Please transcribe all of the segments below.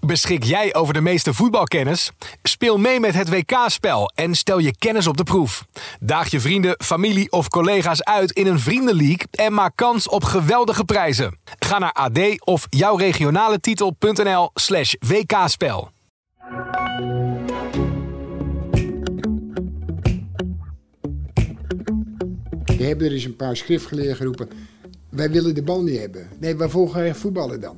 Beschik jij over de meeste voetbalkennis? Speel mee met het WK-spel en stel je kennis op de proef. Daag je vrienden, familie of collega's uit in een vriendenleague en maak kans op geweldige prijzen. Ga naar ad of jouwregionaletitel.nl slash WK-spel. Die hebben er eens een paar schriftgeleerden geroepen. Wij willen de bal niet hebben. Nee, waarvoor ga je voetballen dan?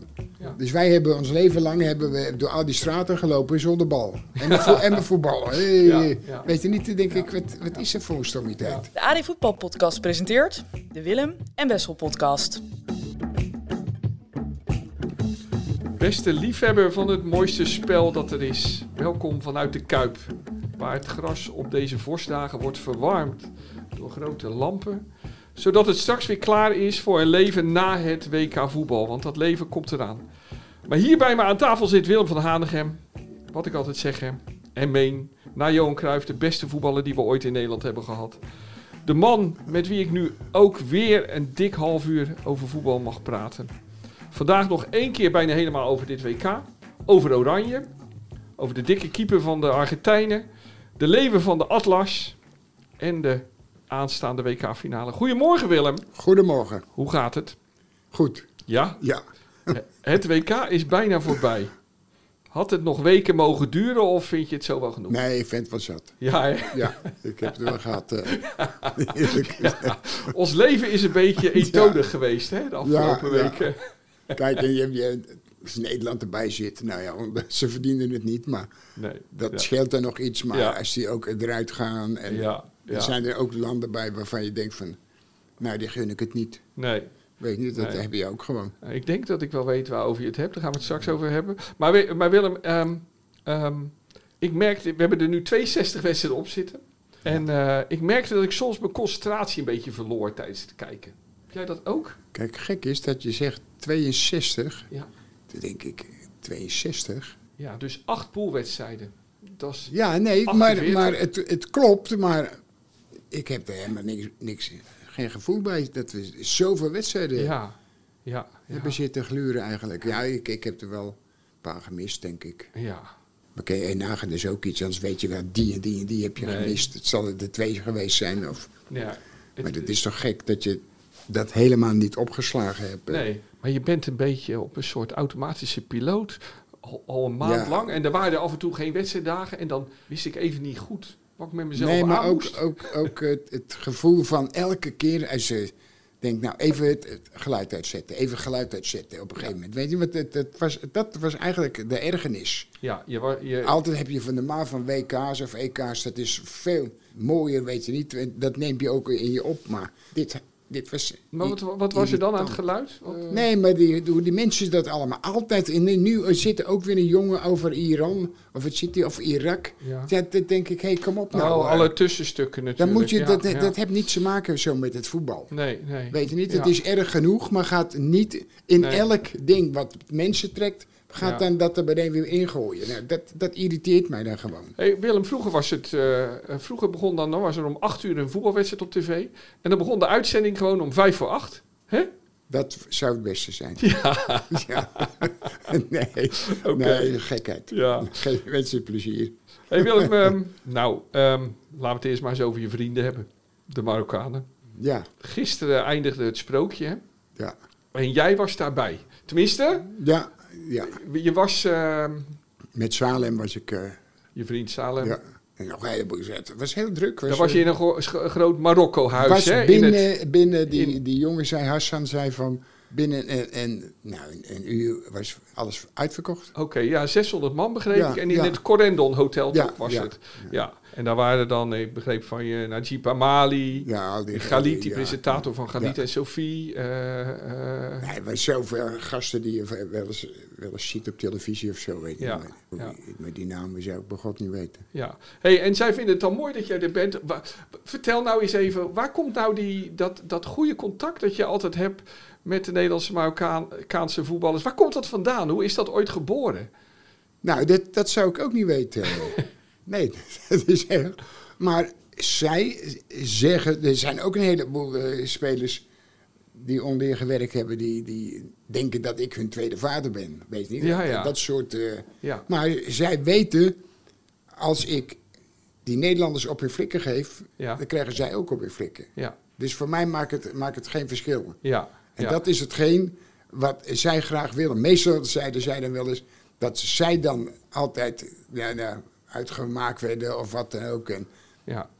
Dus wij hebben ons leven lang hebben we door al die straten gelopen zonder bal. En we, vo- en we voetballen. Hey, ja. Weet je niet, dan denk ik, wat, wat is er voor een stommiteit? De AD Voetbal Podcast presenteert de Willem en Wessel Podcast. Beste liefhebber van het mooiste spel dat er is, welkom vanuit de Kuip, waar het gras op deze vorstdagen wordt verwarmd door grote lampen, zodat het straks weer klaar is voor een leven na het WK voetbal, want dat leven komt eraan. Maar hier bij me aan tafel zit Willem van Hanegem, wat ik altijd zeg hè, en meen, na Johan Cruijff de beste voetballer die we ooit in Nederland hebben gehad. De man met wie ik nu ook weer een dik half uur over voetbal mag praten. Vandaag nog één keer bijna helemaal over dit WK. Over Oranje. Over de dikke keeper van de Argentijnen. De leven van de Atlas. En de aanstaande WK-finale. Goedemorgen Willem. Goedemorgen. Hoe gaat het? Goed. Ja, Ja. het WK is bijna voorbij. Had het nog weken mogen duren of vind je het zo wel genoeg? Nee, ik vind het wel zat. Ja, hè? Ja, ik heb het wel gehad. eh. Eerlijk. ons leven is een beetje eentonig geweest hè, de afgelopen ja. weken. Kijk, en je, je, als Nederland erbij zit, nou ja, ze verdienen het niet, maar Nee, dat ja. scheelt er nog iets. Maar Ja. als die ook eruit gaan en Ja, ja. Er zijn er ook landen bij waarvan je denkt van, nou die gun ik het niet. Nee, Weet je, dat Nee. heb je ook gewoon. Nou, Ik denk dat ik wel weet waarover je het hebt. Daar gaan we het straks over hebben. Maar, we- maar Willem, ehm, ehm, ik merkte, we hebben er nu 62 wedstrijden op zitten. En eh, ik merkte dat ik soms mijn concentratie een beetje verloor tijdens het kijken. Heb jij dat ook? Kijk, gek is dat je zegt 62. Ja. Toen denk ik, 62? Ja, dus acht poolwedstrijden. Dat is, Ja, nee, maar, 48. maar het, het klopt, maar ik heb er helemaal niks, niks, geen gevoel bij dat we zoveel wedstrijden ja, ja, ja, hebben zitten gluren eigenlijk. Ja, ik, ik heb er wel een paar gemist, denk ik. ja. Maar kun je één nagaan, dus ook iets, anders weet je wel, die en die en die heb je Nee. gemist. Het zal er de twee geweest zijn of... ja. Het- Maar dat is toch gek dat je dat helemaal niet opgeslagen hebt. Nee, maar je bent een beetje op een soort automatische piloot al, al een maand Ja. lang. En er waren er af en toe geen wedstrijddagen. En dan wist ik even niet goed wat ik met mezelf Nee, maar aan ook, eh, moest. ook, ook het, het gevoel van elke keer als je denkt, nou even het, het geluid uitzetten, even geluid uitzetten op een gegeven moment. Weet je, want het, het was, dat was eigenlijk de ergernis. Ja, je, wa- je, Altijd heb je van de ma van WK's of EK's, dat is veel mooier, weet je niet. En Dat neem je ook in je op, maar dit, dit was... maar wat, wat was er dan aan het geluid? Wat- Nee, maar die, hoe die mensen dat allemaal altijd. En nu- nu zit er ook weer een jongen over Iran of, het zit hier, of Irak. Ja. Ja. dat denk ik, hé, kom op nou, nou. eh, alle tussenstukken natuurlijk. dan moet je, ja, dat, ja. dat heeft niets te maken zo met het voetbal. Nee, nee. Weet je niet, Ja. het is erg genoeg, maar gaat niet in Nee. elk ding wat mensen trekt, gaat Ja. dan dat er meteen weer ingooien. Nou, dat, dat irriteert mij dan gewoon. Hey, Willem, vroeger was het. eh, eh, vroeger begon dan, dan was er om 8 uur een voetbalwedstrijd op tv. En dan begon de uitzending gewoon om 5 voor 8. Hè? Dat zou het beste zijn. Ja. nee. Oké. nee, gekheid. Ja. Geen mensen plezier. Hey, Willem, ehm, nou, ehm, laten we het eerst maar eens over je vrienden hebben. De Marokkanen. Ja, Gisteren eindigde het sprookje. hè? ja. En jij was daarbij. Tenminste, Ja, ja. je was. ehm, Met Salem was ik. eh, je vriend Salem. ja, en nog een heleboel gezet. Het was heel druk. Daar was je in een gro- scho- groot Marokko-huis. was hè? in binnen, het, binnen die, in- die jongen zei, Hassan zei van. Binnen en, en, nou, een, een uur was alles uitverkocht. Oké, ja, 600 man begreep Ja, ik. En in ja. het Corendon Hotel Ja, toch was ja, het. Ja. En daar waren dan, ik begreep van je, Najib Amali, Ja, al die Galit, die ja. presentator van Galit Ja. en Sophie. eh, eh, Nee, er waren zoveel gasten die je wel eens, wel eens ziet op televisie of zo. Weet je. Ja, Maar, hoe ja. die- maar die namen zou ik bij God niet weten. ja. Hey, en zij vinden het dan mooi dat jij er bent. Wa- vertel nou eens even, waar komt nou die, dat, dat goede contact dat je altijd hebt met de Nederlandse Marokkaanse voetballers? Waar komt dat vandaan? Hoe is dat ooit geboren? Nou, dat, dat zou ik ook niet weten. nee, dat is echt. Maar zij zeggen, er zijn ook een heleboel eh, spelers die onleer gewerkt hebben, die, die denken dat ik hun tweede vader ben. Weet je niet? Ja, ja. Dat soort. eh, Ja. Maar zij weten, als ik die Nederlanders op hun flikken geef, Ja. dan krijgen zij ook op hun flikken. Ja. Dus voor mij maakt het, maakt het geen verschil. Ja. En ja. dat is hetgeen wat zij graag willen. Meestal zeiden zij dan wel eens dat zij dan altijd ja, nou, uitgemaakt werden of wat dan ook. En, ja.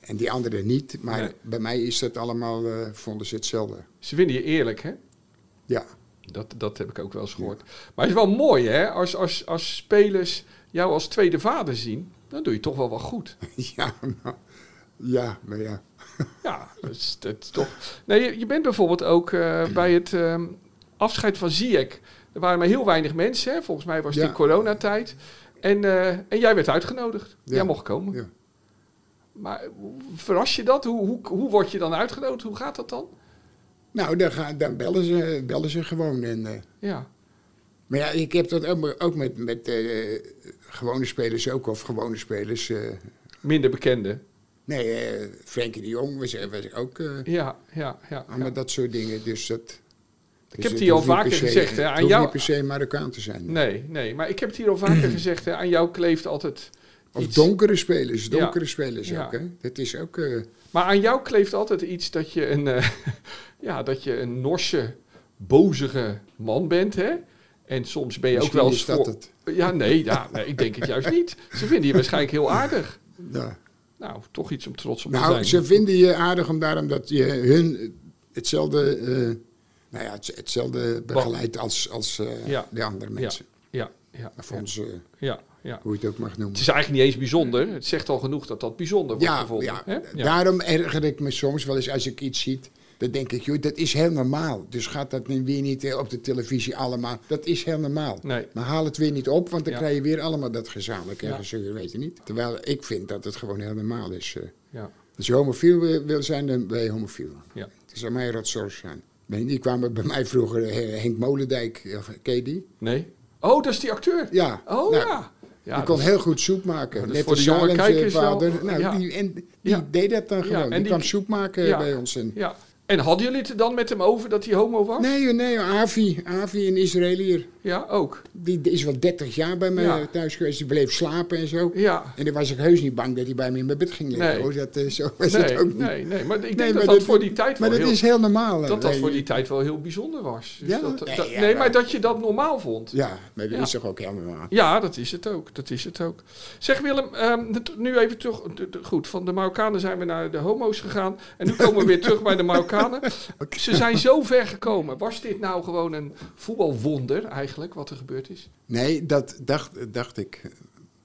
en die anderen niet. Maar Nee. bij mij is dat allemaal, eh, vonden ze hetzelfde. Ze winnen je eerlijk, hè? Ja. Dat, dat heb ik ook wel eens gehoord. Maar het is wel mooi, hè? Als, als, als spelers jou als tweede vader zien, dan doe je toch wel wat goed. Ja, maar, ja, maar ja. Ja, dat is, dat is toch. Nee, je, je bent bijvoorbeeld ook eh, bij het ehm, afscheid van Ziek. Er waren maar heel weinig mensen, hè? Volgens mij was het Ja. in coronatijd. En, eh, en jij werd uitgenodigd. Ja. Jij mocht komen. Ja. Maar hoe- verras je dat? Hoe, hoe, hoe word je dan uitgenodigd? Hoe gaat dat dan? Nou, dan, gaan, dan bellen, ze, bellen ze gewoon. En, eh, Ja, maar ja, ik heb dat ook, maar ook met, met eh, gewone spelers ook. Of gewone spelers. eh, minder bekende. nee, eh, Frenkie de Jong was, was ook eh, Ja, ja, ja. allemaal dat soort dingen. Dus dat... dus heb het die al hoeft niet vaker per se- gezegd, hè, Het aan hoeft jou- niet per se Marokkaan te zijn. Nee, nee. Maar ik heb het hier al vaker gezegd. Hè, aan jou kleeft altijd Of iets. donkere spelers, Ja. donkere spelers Ja. ook. Hè? Dat is ook... eh, Maar aan jou kleeft altijd iets dat je een, eh, ja, dat je een norse, bozige man bent, hè? En soms ben je ook Misschien wel eens is dat voor- het. Ja, nee, ja, nee, ik denk het juist niet. Ze vinden je waarschijnlijk heel aardig. ja. Nou, toch iets om trots op te Nou, zijn. ze vinden je aardig om daarom dat je hun hetzelfde, eh, nou ja, het- hetzelfde begeleidt als, als eh, Ja. de andere mensen. Ja, ja, Of ja, ons, eh, ja, ja. hoe je het ook mag Het noemen. is eigenlijk niet eens bijzonder. Het zegt al genoeg dat dat bijzonder wordt Ja, gevonden. ja. hè? ja. daarom erger ik me soms wel eens als ik iets zie. Dan denk ik, joh, dat is heel normaal. Dus gaat dat nu weer niet eh, op de televisie allemaal. Dat is heel normaal. Nee. Maar haal het weer niet op, want dan Ja. krijg je weer allemaal dat gezamenlijk en Ja. gezeur, weet je niet. Terwijl ik vind dat het gewoon heel normaal is. eh. ja. Als je homofiel wil- wil zijn, dan ben je homofiel. Ja. Het zou mij rotzorg zijn. Ben- Die kwamen bij mij vroeger, eh, Henk Molendijk, eh, ken je die? Nee. Oh, dat is die acteur. Ja. Oh Nou, ja. ja die kon dat- heel goed soep maken. dat is Net voor als de jonge Salem's, eh, kijkers wel- oh, vader. Nou, ja. die, en, die Ja. deed dat dan Ja, gewoon. en die, die- kwam soep maken eh, Ja. bij ons. En, ja. En hadden jullie het er dan met hem over dat hij homo was? Nee, joh, nee, joh, Avi, Avi, een Israëliër. Ja, ook. Die is wel 30 jaar bij mij Ja. eh, thuis geweest. Die bleef slapen en zo. Ja. En dan was ik heus niet bang dat hij bij me in mijn bed ging liggen. Nee. Hoor. Dat, eh, zo was het Nee, ook niet. nee, nee. Maar ik denk Nee, dat maar dat dat- voor die tijd Maar wel dat heel, is heel normaal. eh, hè. dat dat Nee, voor die tijd wel heel bijzonder was. Dus Ja? dat, Nee, dat- ja, nee, maar- maar dat je dat normaal vond. Ja. eh, Ja, maar dat Ja. is toch ook heel normaal. dat is het ook. Dat is het ook. Zeg Willem, ehm, het- nu even terug. de- de- Goed, van de Marokkanen zijn we naar de homo's gegaan. En nu komen we weer terug bij de Marokkanen. Ze zijn zo ver gekomen. Was dit nou gewoon een voetbalwonder eigenlijk, wat er gebeurd is? Nee, dat dacht, dacht ik. Ik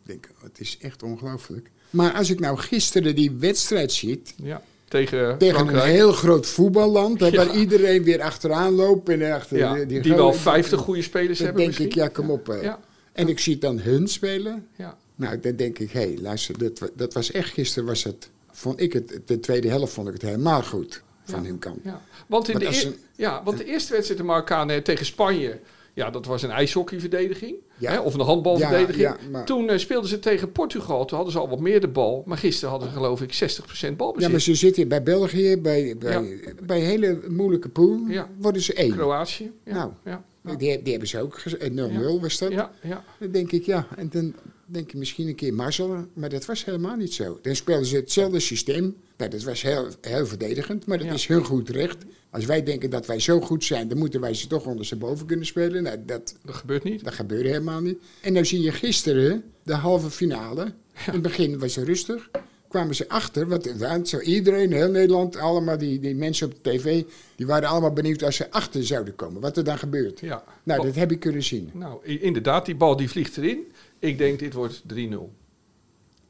denk, het is echt ongelooflijk. Maar als ik nou gisteren die wedstrijd ziet... Ja, tegen, tegen een Frankrijk. heel groot voetballand... hè, Ja. waar iedereen weer achteraan loopt... En achter Ja, die, die, die wel goal- 50 goede spelers Dan hebben denk ik, misschien. ja, kom op. hè. Ja, En ik zie dan hun spelen. ja, Nou, dan denk ik, hé, hey, luister, dat, wa- dat was echt... Gisteren was het, vond ik het... De tweede helft vond ik het helemaal goed van Ja. hun kant. ja. Want, in Maar de als eer- een- ja, want de eerste wedstrijd de Marokkanen tegen Spanje... Ja, dat was een ijshockeyverdediging. Ja. Hè, of een handbalverdediging. Ja, ja, maar- Toen eh, speelden ze tegen Portugal. Toen hadden ze al wat meer de bal. Maar gisteren hadden ze geloof ik 60% Oh. Ja, maar balbezit. ze zitten bij België, bij, bij, bij een hele moeilijke pool, Ja. worden ze één. Kroatië. Ja, Nou. ja, ja, Die, die hebben ze ook, gez- eh, 0-0 was dat. ja, ja. Dan denk ik, ja, en dan denk ik misschien een keer mazzel, maar dat was helemaal niet zo. Dan speelden ze hetzelfde systeem, nou, dat was heel, heel verdedigend, maar dat Ja. is heel goed recht. Als wij denken dat wij zo goed zijn, dan moeten wij ze toch ondersteboven kunnen spelen. Nou, dat, Dat gebeurt niet. dat gebeurde helemaal niet. En dan zie je gisteren de halve finale. In het begin was het rustig. Kwamen ze achter, want want zo iedereen, heel Nederland, allemaal die, die mensen op de tv, die waren allemaal benieuwd als ze achter zouden komen, wat er dan gebeurt. Ja. Nou, Wa- dat heb ik kunnen zien. nou, i- inderdaad, die bal die vliegt erin. Ik denk, dit wordt 3-0.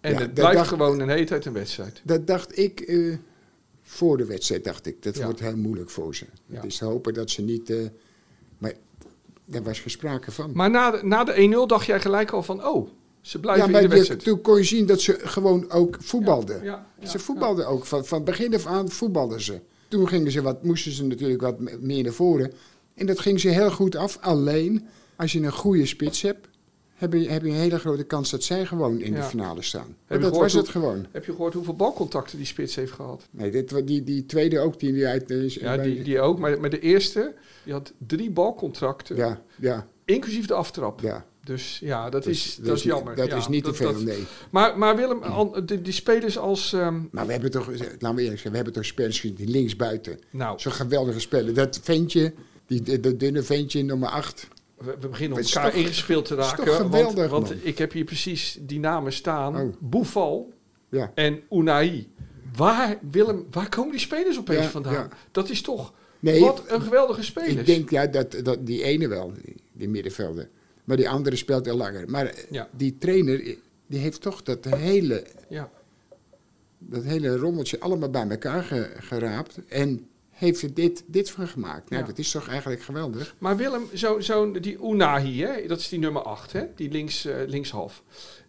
En Ja, het dat blijft dacht- gewoon een hele tijd een wedstrijd. Dat dacht ik eh, voor de wedstrijd, dacht ik. Dat Ja. wordt heel moeilijk voor ze. Ja. Het is te hopen dat ze niet... eh, maar daar was gesproken van. Maar na de, na de 1-0 dacht jij gelijk al van... Oh, ze blijven ja, in maar de je- wedstrijd. toen kon je zien dat ze gewoon ook voetbalden. Ja, ja, ze voetbalden ook. Van, van begin af aan voetbalden ze. Toen gingen ze wat, moesten ze natuurlijk wat me- meer naar voren. En dat ging ze heel goed af. Alleen als je een goede spits hebt, heb je, heb je een hele grote kans dat zij gewoon in Ja. de finale staan. je Maar dat gehoord was hoe- het gewoon. Heb je gehoord hoeveel balcontacten die spits heeft gehad? Nee, dit, wa- die, die tweede ook, die, die uit... eh, is- Ja, bij- die, die ook. Maar, maar de eerste, die had drie balcontracten, ja, ja, inclusief de aftrap. ja. Dus ja, dat, Dus is, dat is jammer. Dat Ja, is niet dat- te veel, dat- nee. Maar, maar Willem, an- die, die spelers als... ehm, Maar we hebben toch, eh, laten we eerlijk zijn, we hebben toch spelers gezien die linksbuiten. nou, Zo'n geweldige speler. Dat ventje, die, die- dat dunne ventje, nummer 8. we, we beginnen Het is elkaar toch- ingespeeld te het is raken. toch geweldig, want man. want ik heb hier precies die namen staan. Oh. Boeval Ja. en Unai. Waar, Willem, waar komen die spelers opeens Ja, vandaan? ja. Dat is toch... Nee, wat een geweldige spelers. Ik denk, ja, dat, dat die ene wel, die, die middenvelder. Maar die andere speelt al langer. Maar eh, Ja. die trainer, eh, die heeft toch dat hele, Ja, dat hele rommeltje allemaal bij elkaar ge- geraapt. En heeft er dit, dit van gemaakt. Nou, Ja. dat is toch eigenlijk geweldig. Maar Willem, zo, zo'n- die Unahi, hè, dat is die nummer 8, hè, die links, eh, linkshalf.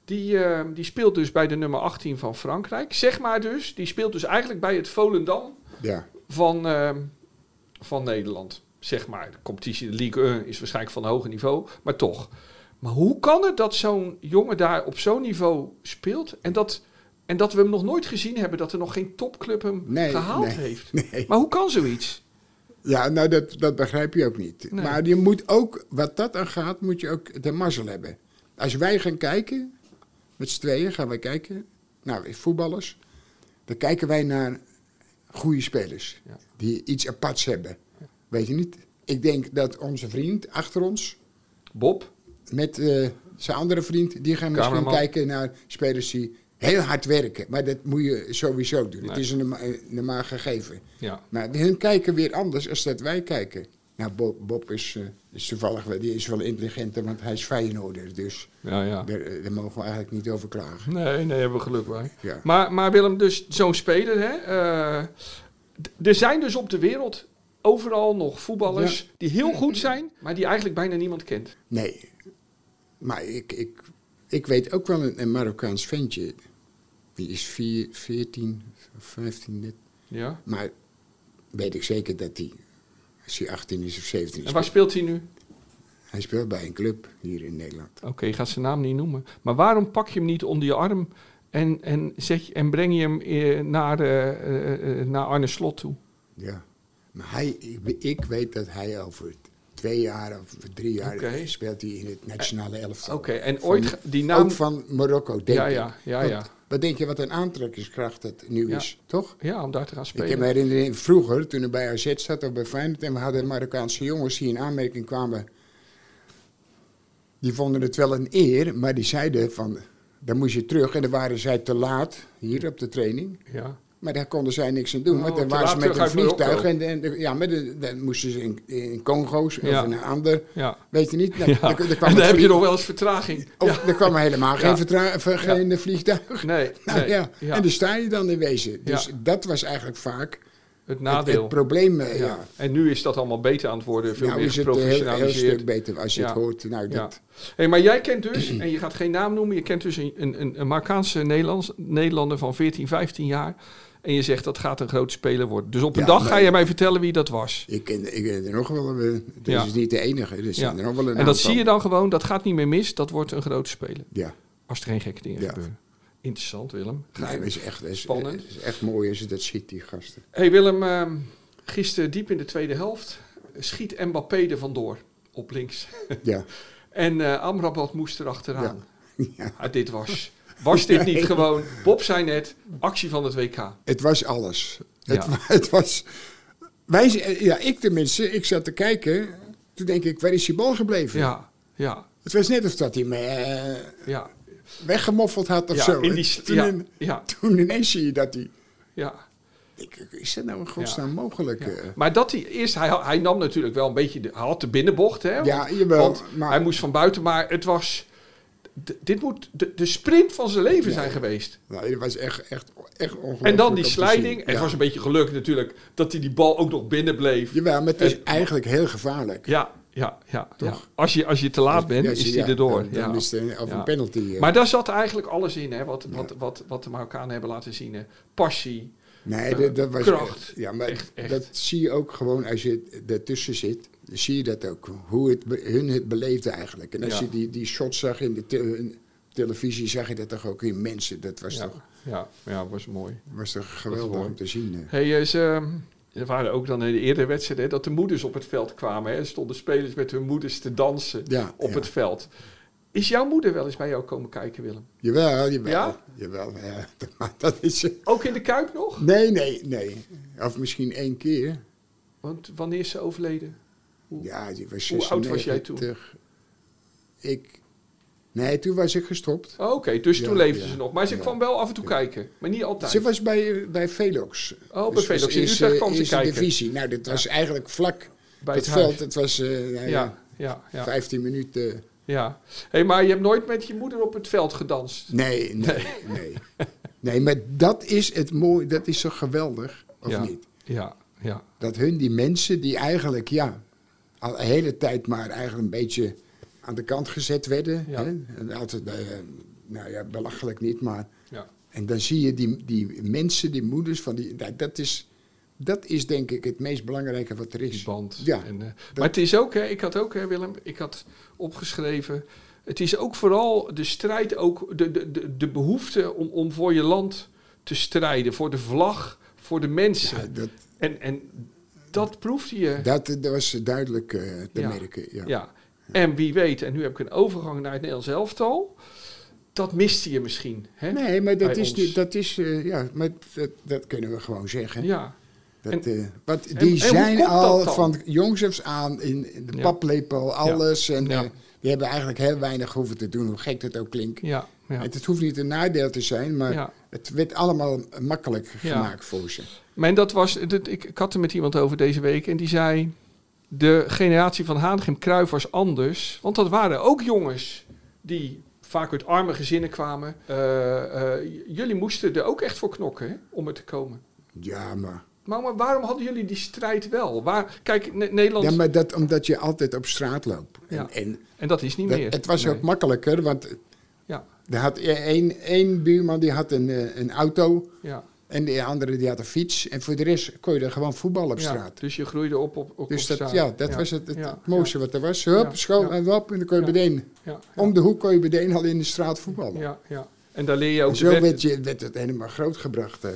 Die, eh, die speelt dus bij de nummer 18 van Frankrijk. Zeg maar dus, die speelt dus eigenlijk bij het Volendam Ja, van, eh, van Nederland. Zeg maar, de competitie, de League 1 is waarschijnlijk van hoger niveau, maar toch. Maar hoe kan het dat zo'n jongen daar op zo'n niveau speelt en dat, en dat we hem nog nooit gezien hebben dat er nog geen topclub hem Nee, gehaald nee, heeft? nee. Maar hoe kan zoiets? ja nou, dat, dat begrijp je ook niet. Nee. Maar je moet ook, wat dat aan gaat, moet je ook de mazzel hebben. Als wij gaan kijken, met z'n tweeën gaan wij kijken, nou, voetballers. Dan kijken wij naar goede spelers. Ja. Die iets aparts hebben. Weet je niet? Ik denk dat onze vriend achter ons, Bob, met eh, zijn andere vriend, die gaan misschien Cameraman. kijken naar spelers die heel hard werken. Maar dat moet je sowieso doen. Het Nee. is een norma- een normaal gegeven. ja. Maar hun kijken weer anders als dat wij kijken. Nou, Bob, Bob is, eh, is toevallig wel, die is wel intelligenter, want hij is Feyenoorder. Dus Ja, ja. daar, eh, daar mogen we eigenlijk niet over klagen. Nee, nee, hebben we geluk bij. Ja. Maar, maar Willem, dus zo'n speler, hè? eh, d- er zijn dus op de wereld overal nog voetballers die heel goed zijn, maar die eigenlijk bijna niemand kent. Nee. Maar ik, ik, ik weet ook wel een, een Marokkaans ventje. Die is vier, 14 of 15 net. Ja. Maar weet ik zeker dat die, als hij 18 is of 17 En is, waar speelt hij nu? hij speelt bij een club hier in Nederland. Oké, je gaat zijn naam niet noemen. Maar waarom pak je hem niet onder je arm en, en, zet je, en breng je hem eh, naar, eh, eh, eh, naar Arne Slot toe? Ja. Maar hij, ik, we- ik weet dat hij over twee jaar of drie jaar Oké. speelt hij in het nationale elftal. Oké, en Van- ooit ga- die naam... Ook van Marokko, denk ja, ik. ja, ja, Want ja. Wat denk je wat een aantrekkingskracht dat nu Ja. is, toch? Ja, om daar te gaan Ik heb me spelen. herinneren, vroeger, toen ik bij AZ zat of bij Feyenoord... en we hadden Marokkaanse jongens die in aanmerking kwamen... die vonden het wel een eer, maar die zeiden van... dan moest je terug en dan waren zij te laat hier op de training... Ja. Maar daar konden zij niks aan doen. Oh, want dan te waren ze laat met een terug uit vliegtuig. En, en- ja, maar dan, dan moesten ze in, in Congo's Ja. of in een ander. ja. Weet je niet? Nou, Ja. dan- dan kwam en dan het heb je vlieg- nog wel eens vertraging. Of er kwam helemaal geen, Ja. vertra- ver- Ja. geen vliegtuig. Nee, Nou, nee. ja. Ja. En daar sta je dan in wezen. Dus Ja. dat was eigenlijk vaak het- het het, nadeel. probleem. eh, ja. ja. En nu is dat allemaal beter aan het worden, veel Nou meer is het een heel, heel geprofessionaliseerd. stuk beter als je Ja. het hoort. Nou, ja. dat, hey, maar jij kent dus, en je gaat geen naam noemen, je kent dus een, een, een- een Marokkaanse Nederlands, Nederlander van 14, 15 jaar. En je zegt dat gaat een groot speler worden. Dus op een Ja, dag maar- ga je mij vertellen wie dat was. ik, ken, ik ken er nog wel. eh, Dat Ja. is niet de enige. Er zijn er nog wel een En dat aantal. zie je dan gewoon, dat gaat niet meer mis, dat wordt een groot speler. Ja. Als er geen gekke dingen Ja. gebeuren. Interessant, Willem. Nee, dat nou, is echt, dat is, Spannend. is echt mooi als je dat ziet, die gasten. Hey Willem, ehm, gisteren diep in de tweede helft schiet Mbappé er vandoor op links. Ja. En eh, Amrabat moest erachteraan. ja. Ah, dit was. Was dit niet gewoon, Bob zei net, actie van het WK. Het was alles. Ja. Het, wa- het was. Wij, z- eh, ja, ik tenminste, ik zat te kijken. Toen denk ik, waar is die bal gebleven? Ja, ja, Het was net of dat hij me eh, ja. weggemoffeld had of ja, zo. in die, s- toen, ja, in- ja, toen ineens zie je dat hij. ja, Ik, is dat nou een godsnaam mogelijk? ja. eh? Maar dat hij eerst, hij, hij nam natuurlijk wel een beetje, de, hij had de binnenbocht. Hè, Ja, jawel, want maar- hij moest van buiten, maar het was, d- dit moet de, de sprint van zijn leven Ja. zijn geweest. Nou, dat was echt, echt, echt ongelooflijk. En dan die om te slijding. zien. Het Ja. was een beetje geluk natuurlijk dat hij die bal ook nog binnen bleef. Jawel, maar het is En- eigenlijk heel gevaarlijk. Ja, ja, ja. ja. Toch? Als, je, als je te laat bent, Ja, is zie- hij ja, erdoor. Dan, dan ja. is het een, of Ja. een penalty. eh. Maar daar zat eigenlijk alles in, hè, wat, wat, wat, wat de Marokkanen hebben laten zien. Hè. Passie, Nee, dat, dat was kracht. Ja, maar Echt, echt. dat zie je ook gewoon als je ertussen zit. dan Zie je dat ook, hoe het, be- hun het beleefde eigenlijk. En als Ja. je die, die shots zag in de te- hun televisie, zag je dat toch ook in mensen. Dat was, Ja, toch, ja, ja, was mooi. was toch geweldig mooi. om te zien. hè. Hey, eh, ze, er waren ook dan in de eerdere wedstrijden hè, dat de moeders op het veld kwamen. Hè. Er stonden spelers met hun moeders te dansen Ja, op ja. het veld. Is jouw moeder wel eens bij jou komen kijken, Willem? Jawel, jawel. Ja? Jawel, ja. Maar dat is... Ook in de Kuip nog? Nee, nee, nee. Of misschien één keer. Want wanneer is ze overleden? Ja, die was Hoe oud was jij toen? 96. Ik... Nee, toen was ik gestopt. Oh, Oké, dus Ja, toen leefde ja, ze nog. Maar ze ja. kwam wel af en toe kijken, maar niet altijd. Ze was bij, bij Velox. Dus Oh, bij was Velox. In eerste- Utrecht kwam ze eerste kijken. divisie. Nou, dat was eigenlijk vlak bij het, het huis. veld. Het was eh, nou Ja, ja, ja, ja. 15 minuten. ja. Hey, maar je hebt nooit met je moeder op het veld gedanst? Nee, nee, nee. Nee, maar dat is het mooie. Dat is zo geweldig, of ja. niet? Ja, ja. Dat hun die mensen die eigenlijk, ja, al de hele tijd maar eigenlijk een beetje aan de kant gezet werden. Ja. Hè? En altijd, eh, nou ja, belachelijk niet, maar... ja. En dan zie je die, die mensen, die moeders van die. nou, Dat is, dat is denk ik het meest belangrijke wat er Die is. band. Ja, En, eh, maar het is ook, hè, ik had ook, hè, Willem, ik had opgeschreven. Het is ook vooral de strijd, ook de, de, de, de behoefte om, om voor je land te strijden. Voor de vlag, voor de mensen. Ja, eh, dat, en, en dat proefde je. dat, dat was duidelijk eh, te Ja. merken. Ja. ja. En wie weet, en nu heb ik een overgang naar het Nederlands elftal. Dat miste je misschien. Hè? Nee, maar dat Bij is, ons. niet- dat is eh, ja, maar dat, dat kunnen we gewoon zeggen. Ja, Dat, eh, want die en hoe zijn komt dat al dan? van jongs af aan in, in de Ja. paplepel, alles. En Ja. eh, die hebben eigenlijk heel weinig hoeven te doen, hoe gek dat ook klinkt. ja, ja. Het, het hoeft niet een nadeel te zijn, maar Ja. het werd allemaal makkelijk Ja. gemaakt voor ze. Maar en dat was, dat, ik, ik had er met iemand over deze week en die zei... De generatie van Hanegem Kruijf was anders. Want dat waren ook jongens die vaak uit arme gezinnen kwamen. Eh, eh, j- jullie moesten er ook echt voor knokken hè, om er te komen. Ja, maar Maar, maar waarom hadden jullie die strijd wel? Waar, kijk, Ne- Nederland... Ja, maar dat omdat je altijd op straat loopt. En, Ja, en En dat is niet dat- meer. het was Nee. ook makkelijker, want Ja, er had één, één buurman die had een, eh, een auto ja. en de andere die had een fiets. En voor de rest kon je er gewoon voetballen op Ja, straat. Dus je groeide op op, op Dus op dat, straat. ja, dat was het, het, ja, het mooiste wat er was. Hup, Ja, school ja. en wap. En dan kon je Ja. meteen, Ja, ja, om de hoek kon je meteen al in de straat voetballen. ja, ja. En daar leer je ook En zo de wet- werd, je, werd het helemaal grootgebracht. eh.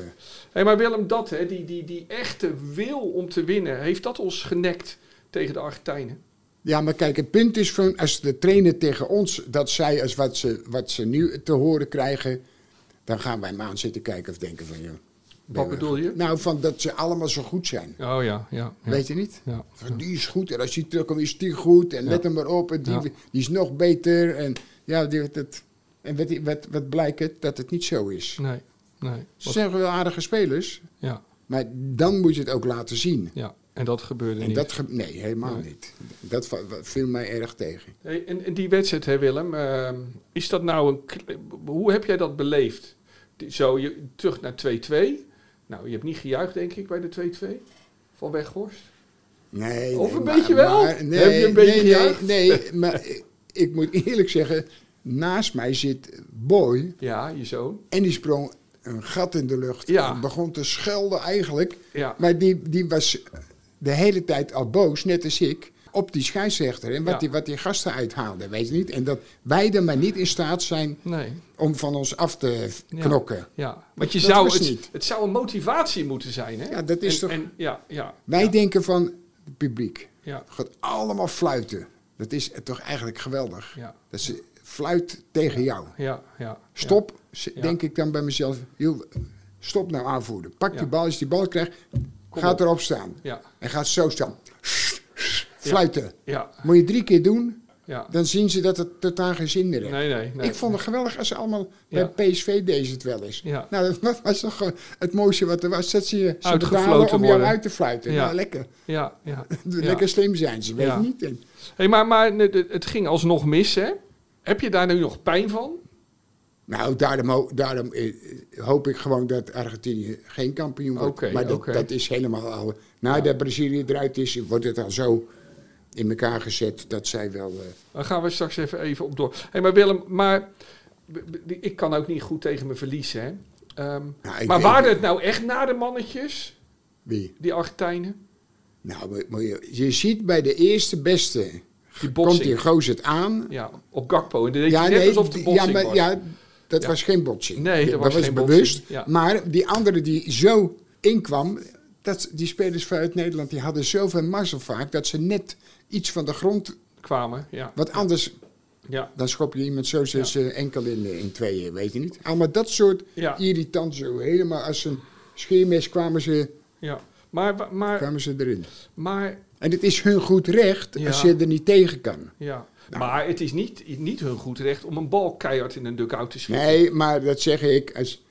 Hé, maar Willem, dat, hè, die, die, die echte wil om te winnen, heeft dat ons genekt tegen de Argentijnen? Ja, maar kijk, het punt is van als de trainer tegen ons dat zij als wat ze, wat ze nu te horen krijgen, dan gaan wij hem aan zitten kijken of denken van joh. ben Wat je- bedoel je? Nou, van dat ze allemaal zo goed zijn. Oh ja, ja. Weet je niet? ja. Van, die is goed en als die terugkomt is die goed en let hem maar op en die, Ja. die is nog beter. En, ja, die, dat, en wat, wat, wat blijkt het? Dat het niet zo is. Nee, nee. Ze zijn wel aardige spelers, ja, maar dan moet je het ook laten zien. ja. En dat gebeurde En niet. dat, ge- nee, helemaal Nee. niet. Dat va- viel mij erg tegen. Hé, en, en die wedstrijd, hè, Willem, ehm, is dat nou een... kle- Hoe heb jij dat beleefd? Die- Zo, je, terug naar 2-2. Nou, je hebt niet gejuicht, denk ik, bij de 2-2 van Weghorst. Nee. Of een nee, beetje wel? nee, Heb je een beetje nee, gejuicht? nee, nee, maar ik- ik moet eerlijk zeggen, naast mij zit Boy Ja, je zoon. en die sprong een gat in de lucht Ja. en begon te schelden eigenlijk. Ja, Maar die, die was de hele tijd al boos, net als ik, op die scheidsrechter en wat, Ja. die, wat die gasten uithaalden, weet je niet? En dat wij er maar niet in staat zijn nee. om van ons af te Ja. knokken. Ja, want je dat zou was het, niet. het zou een motivatie moeten zijn, hè? Ja, dat is en, toch- En, ja, ja, Wij ja, denken van het publiek, ja, gaat allemaal fluiten. Dat is toch eigenlijk geweldig. ja, Dat ze fluit tegen jou. ja, ja. Stop, z- Ja. denk ik dan bij mezelf. joh, Stop nou aanvoeren. Pak Ja. die bal, als je die bal krijgt, Kom gaat op. erop staan. Ja, En gaat zo staan. Fluiten. ja, Moet je drie keer doen, ja. dan zien ze dat het totaal geen zin meer heeft. Nee, nee, nee. ik vond het geweldig als ze allemaal Ja. bij PSV deze het wel eens. Ja. Nou, dat was toch eh, het mooiste wat er was. Dat ze je ze Uitgefloten betalen om jou worden. uit te fluiten. Ja. Nou, lekker. Ja, ja. ja. Lekker slim zijn ze, weet Ja. je niet. En- Hey, maar, maar nee, de- het ging alsnog mis, hè? Heb je daar nu nog pijn van? Nou, daarom, ho- daarom eh, eh, hoop ik gewoon dat Argentinië geen kampioen wordt. Oké, maar dat, oké. dat is helemaal al. Nadat Brazilië eruit is, wordt het al zo in elkaar gezet dat zij wel. eh, Daar gaan we straks even, even op door. Hé, maar Willem, maar b- b- ik kan ook niet goed tegen me verliezen, hè? Ehm, Nou, ik maar weet- waren het nou echt nare mannetjes, Wie? die Argentijnen? Nou, moet- moet je, je ziet bij de eerste beste, Die komt die botsing. gozer het aan. Ja, op Gakpo. En dat deed je net alsof de die- botsing ja, maar, was. ja, dat Ja. was geen botsing. Nee, dat was geen botsing. bewust. Ja. Maar die andere die zo inkwam, dat, die spelers vanuit Nederland, die hadden zoveel mazzel vaak, dat ze net iets van de grond, Kwamen, ja. wat anders ja. Dan schop je iemand zo zijn zijn enkel in, eh, in tweeën, weet je niet. Allemaal dat soort Ja. irritant zo. Helemaal als een scheermes kwamen ze, ja. Maar, maar, kwamen ze erin. maar, En het is hun goed recht als Ja. je er niet tegen kan. ja. Nou. maar het is niet, niet hun goed recht om een bal keihard in een dugout te schieten. Nee, maar dat zeg ik. Als,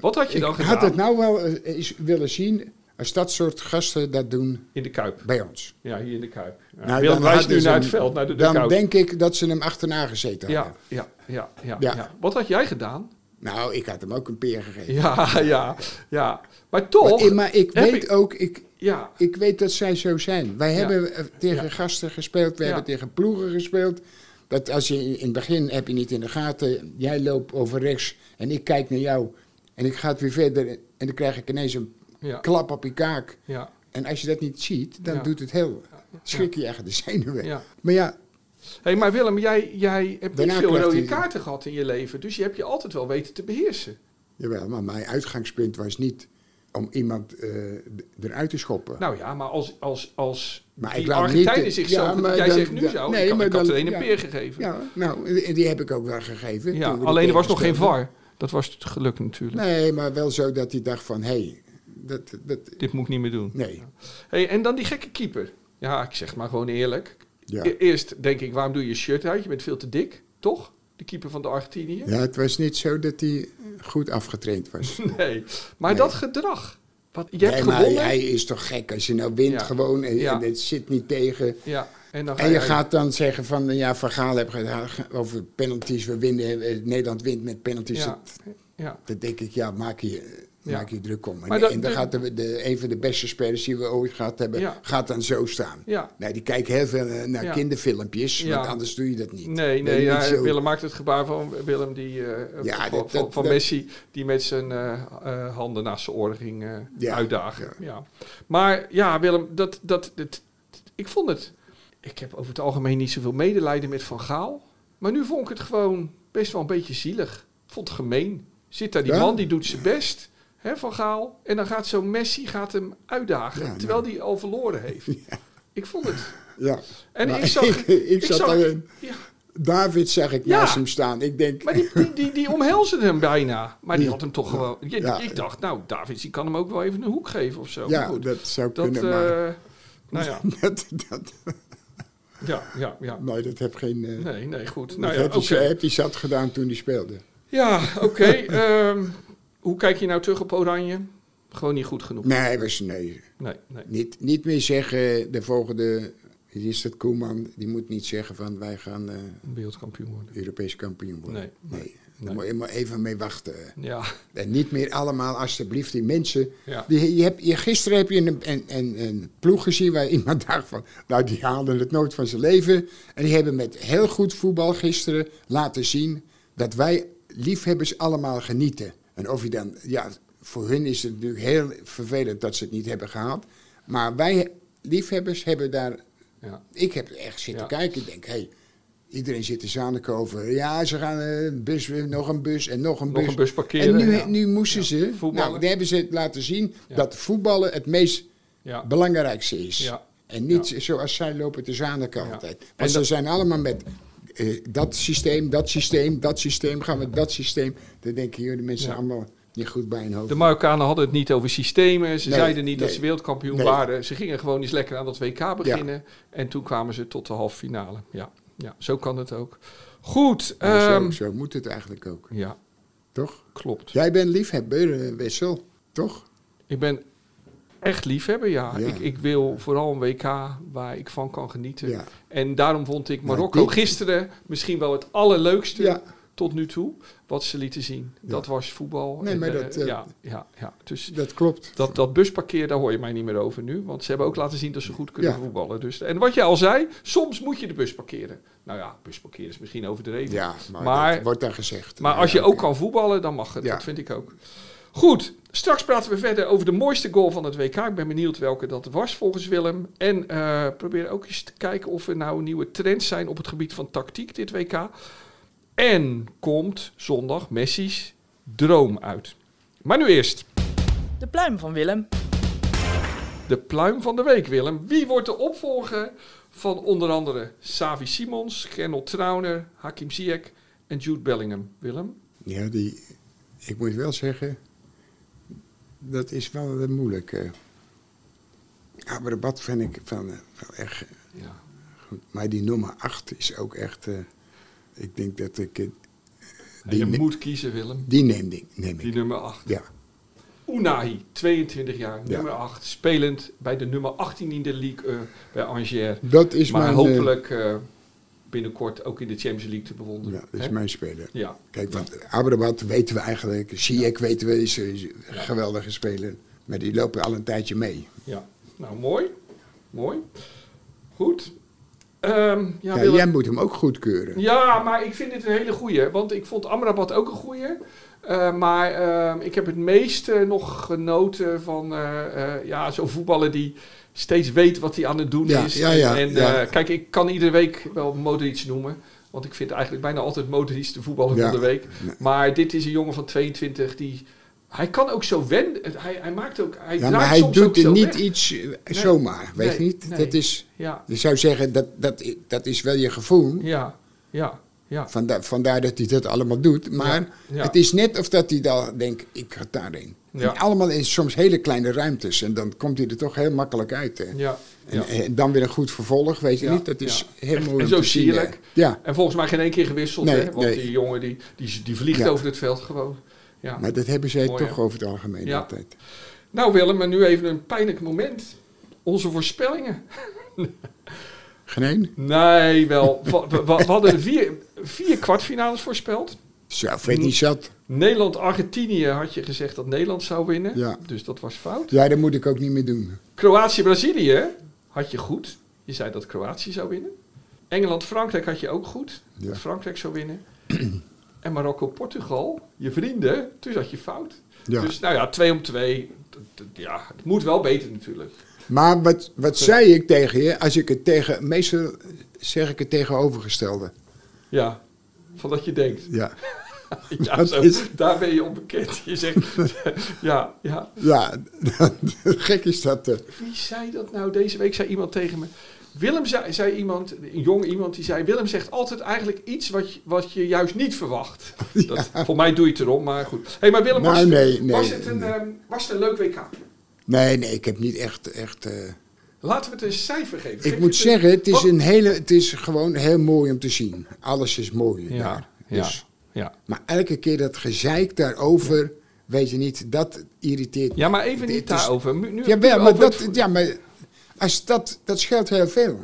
Wat had je ik dan gedaan had het nou wel eh, eens willen zien als dat soort gasten dat doen in de Kuip? bij ons. Ja, hier in de Kuip. Ja. Nou, Willem dan wijst hadden nu ze naar hem- het veld, naar de Dan dugout. denk ik dat ze hem achterna gezeten ja, hadden. ja, ja, ja, ja, Ja. Wat had jij gedaan? Nou, ik had hem ook een peer gegeven. Ja, ja, ja. Maar toch... maar, eh, maar ik heb weet ik- ook, ik, ja, Ik weet dat zij zo zijn. Wij Ja. hebben eh, tegen gasten gespeeld, we Ja. hebben tegen ploegen gespeeld. Dat als je in in het begin heb je niet in de gaten, jij loopt over rechts en ik kijk naar jou en ik ga het weer verder en dan krijg ik ineens een ja, klap op je kaak. ja, En als je dat niet ziet, dan Ja. doet het heel. Schrik je echt de zenuwen. ja. Maar ja, Hé, maar Willem, jij, jij hebt niet Daarna veel krijgt rode hij- kaarten gehad in je leven. Dus je hebt je altijd wel weten te beheersen. jawel, maar mijn uitgangspunt was niet om iemand eh, d- eruit te schoppen. Nou ja, maar als, als, als Maar die ik laat Argentijnen niet- zich ja, zo... maar jij dan- zegt nu ja, zo, nee, ik, had- maar ik had dan- er een ja. peer gegeven. Ja, ja, nou, en die heb ik ook wel gegeven. toen we die alleen er was nog geen tegenspeelden. VAR. Dat was het geluk natuurlijk. Nee, maar wel zo dat hij dacht van, hé, hey, dat, dat, Dit moet ik niet meer doen. nee. Hey, en dan die gekke keeper. Ja, ik zeg het maar gewoon eerlijk. Ja. E- Eerst denk ik, waarom doe je je shirt uit? Je bent veel te dik, toch? De keeper van de Argentinië. ja, het was niet zo dat hij goed afgetraind was. Nee, maar Nee. dat gedrag. Wat, je hebt nee, maar gewonnen. hij is toch gek als je nou wint Ja. gewoon en, Ja. en het zit niet tegen. Ja, en, dan ga En je uit. gaat dan zeggen van, ja, Van Gaal heb gedaan over penalties, we winnen, eh, Nederland wint met penalties. Ja, Dat, ja, dat denk ik, ja, maak je, Ja. maak je druk om. En, Maar dat- en dan gaat de, de- een van de beste spelers die we ooit gehad hebben, Ja. gaat dan zo staan. ja. Nou, die kijken heel veel eh, naar Ja. kinderfilmpjes, Ja. want anders doe je dat niet. Nee, Ben nee je ja, niet zo- Willem maakt het gebaar van Willem die, eh, Ja, van, dat- van, dat- van dat- Messi die met zijn eh, eh, handen naast zijn oren ging eh, Ja, uitdagen. Ja. Maar ja, Willem, dat, dat, dat, ik vond het... Ik heb over het algemeen niet zoveel medelijden met Van Gaal. Maar nu vond ik het gewoon best wel een beetje zielig. Ik vond het gemeen. Zit daar die Ja. man, die doet zijn best, hè, Van Gaal. En dan gaat zo'n Messi gaat hem uitdagen, Ja, nou. terwijl hij al verloren heeft. Ik vond het... Ja. En Maar ik zag... ik, ik zat zag- alleen. ja. David zag ik Ja. naast hem staan. Ik denk, Maar die, die, die, die omhelzen hem bijna. Maar die had hem toch gewoon... Je- Ja. Ik dacht, nou, Davids, die kan hem ook wel even een hoek geven of zo. Maar ja, oh, goed, dat zou dat... kunnen, eh, maar... nou ja, Dat, dat, ja, ja, ja. nee, dat heb geen... eh Nee, nee, goed. dat Nou ja, heb, oké. hij zo- heb hij zat gedaan toen hij speelde. Ja, oké. ehm, hoe kijk je nou terug op Oranje? Gewoon niet goed genoeg. Nee, hij was, nee Nee, nee. niet, niet meer zeggen, de volgende... Wie is dat, Koeman? Die moet niet zeggen van, wij gaan eh, Een Wereldkampioen worden. Europees kampioen worden. Nee, Nee. nee. Daar moet je maar even mee wachten. Ja, En niet meer allemaal, alsjeblieft, die mensen... ja. Die, je hebt, je, gisteren heb je een, een, een, een ploeg gezien waar iemand dacht van... nou, die haalden het nooit van zijn leven. En die hebben met heel goed voetbal gisteren laten zien... dat wij liefhebbers allemaal genieten. En of je dan... Ja, voor hun is het natuurlijk heel vervelend dat ze het niet hebben gehaald. Maar wij liefhebbers hebben daar... Ja. Ik heb echt zitten Ja. kijken. Ik denk, hé, hey, iedereen zit te zaniken over... ja, ze gaan eh, een bus, weer, nog een bus en nog een Nog bus. een bus parkeren. En nu, ja. nu moesten ze, Voetballen. nou, daar hebben ze laten zien Ja. dat voetballen het meest ja. belangrijkste is. Ja. En niet zoals zij lopen te zaniken Ja. altijd. Want En ze dat- zijn allemaal met eh, dat systeem, dat systeem, dat systeem, gaan we dat systeem. Dan denken jullie mensen Ja. allemaal niet goed bij hun hoofd. De Marokkanen hadden het niet over systemen. Ze Nee, zeiden niet dat nee, ze wereldkampioen nee. waren. Ze gingen gewoon eens lekker aan dat WK beginnen. En toen kwamen ze tot de halve finale. Ja, ja zo kan het ook. Goed. Maar ehm, zo, zo moet het eigenlijk ook, Ja, toch? klopt. Jij bent liefhebber, eh, Wessel, toch? Ik ben echt liefhebber, ja. Ja. Ik, ik wil vooral een WK waar ik van kan genieten. Ja. En daarom vond ik Maar Marokko dit- gisteren misschien wel het allerleukste Ja. tot nu toe, wat ze lieten zien. Dat was voetbal. Nee, En, maar eh, dat, eh, ja, ja, ja. Dus Dat klopt. dat, dat busparkeer, daar hoor je mij niet meer over nu. Want ze hebben ook laten zien dat ze goed kunnen Ja. voetballen. Dus, en wat je al zei, soms moet je de bus parkeren. Nou ja, bus parkeren is misschien overdreven. Ja, maar, Maar- dat wordt daar gezegd. Maar Ja, als je oké. ook kan voetballen, dan mag het. Ja. Dat vind ik ook. Goed, straks praten we verder over de mooiste goal van het WK. Ik ben benieuwd welke dat was volgens Willem. En eh probeer ook eens te kijken of er nou nieuwe trends zijn op het gebied van tactiek dit WK. En komt zondag Messi's droom uit. Maar nu eerst De pluim van Willem. de pluim van de week, Willem. Wie wordt de opvolger van onder andere Savi Simons, Gernot Trauner, Hakim Ziyech en Jude Bellingham? Willem? Ja, die, ik moet wel zeggen, dat is wel een moeilijke. Abrabat vind ik van, eh, wel echt eh, Ja. goed. Maar die nummer 8 is ook echt. eh, ik denk dat ik. eh, je Die, ne- moet kiezen, Willem. die neem, ik- neem Die ik. nummer 8. Ja, Unahi, 22 jaar, Ja. nummer 8. Spelend bij de nummer 18 in de League eh, bij Angers. dat is maar mijn. eh, hopelijk eh, binnenkort ook in de Champions League te bewonderen. ja, dat is eh, Hè? mijn speler. ja. Kijk, want Abrabat weten we eigenlijk. Ziyech weten we, is is een geweldige speler. Maar die lopen al een tijdje mee. ja, nou mooi. Mooi. Goed. Ehm, ja, Ja, Willem. jij moet hem ook goedkeuren. Ja, maar ik vind dit een hele goeie. Want ik vond Amrabat ook een goeie. Eh, maar ehm, ik heb het meeste nog genoten van eh, eh, ja, zo'n voetballer die steeds weet wat hij aan het doen Ja, is. ja, ja, en eh, ja. kijk, ik kan iedere week wel Modric noemen. Want ik vind eigenlijk bijna altijd Modric de voetballer Ja. van de week. Nee. Maar dit is een jongen van 22 die... Hij kan ook zo wennen. Hij, hij maakt ook... Hij Ja, draait maar hij soms ook doet zo er niet weg. iets eh, zomaar, weet je Nee, niet? nee. Dat is, Ja, je zou zeggen, dat, dat, i- dat is wel je gevoel. ja, ja, ja. Vanda- vandaar dat hij dat allemaal doet. Maar ja. het is net of dat hij dan denkt, ik ga daarin. Ja. En allemaal in soms hele kleine ruimtes. En dan komt hij er toch heel makkelijk uit. Hè. ja, En, ja. en dan weer een goed vervolg, weet je Ja, niet? Dat is ja. heel En- moeilijk en zo te zien, hè. sierlijk. Ja, En volgens mij geen één keer gewisseld, Nee, hè? Want nee. die jongen die, die, die vliegt Ja. over het veld gewoon. Ja. maar dat hebben zij Mooi, toch hè. over het algemeen Ja. altijd. Nou Willem, maar nu even een pijnlijk moment. Onze voorspellingen. Geen één? Nee, wel. We, we- we hadden vier, vier kwartfinales voorspeld. Zo, Hm. Freddy zat. Nederland-Argentinië had je gezegd dat Nederland zou winnen. Ja. Dus dat was fout. Ja, dat moet ik ook niet meer doen. Kroatië-Brazilië had je goed. Je zei dat Kroatië zou winnen. Engeland-Frankrijk had je ook goed. Ja. Dat Frankrijk zou winnen. en Marokko-Portugal, je vrienden, toen zat je fout. Ja. Dus nou ja, twee om twee. D- d- Ja, het moet wel beter natuurlijk. Maar wat, wat zei ik tegen je als ik het tegen... Meestal zeg ik het tegenovergestelde. Ja, van dat je denkt. Ja, Ja, Dat zo, is- Daar ben je onbekend. Je zegt, ja, ja. ja gek is dat. eh. Wie zei dat nou deze week? Zei iemand tegen me. Willem zei, zei iemand, een jong iemand, die zei... Willem zegt altijd eigenlijk iets wat je, wat je juist niet verwacht. Dat, Voor mij doe je het erom, maar goed. hey, maar Willem, Nou, was, het- nee, nee, was, het een, nee. ehm, was het een leuk WK? Nee, nee, ik heb niet echt... echt eh. Laten we het een cijfer geven. Geef Ik moet het een- zeggen, het is, Wat- een hele, het is gewoon heel mooi om te zien. Alles is mooi daar. Dus, ja, ja. Maar elke keer dat gezeik daarover, weet je niet, dat irriteert me. Ja, maar even Het- niet het is- daarover. Nu- nu- Jawel, nu maar, over het dat, voet- ja, maar als dat, dat scheelt heel veel.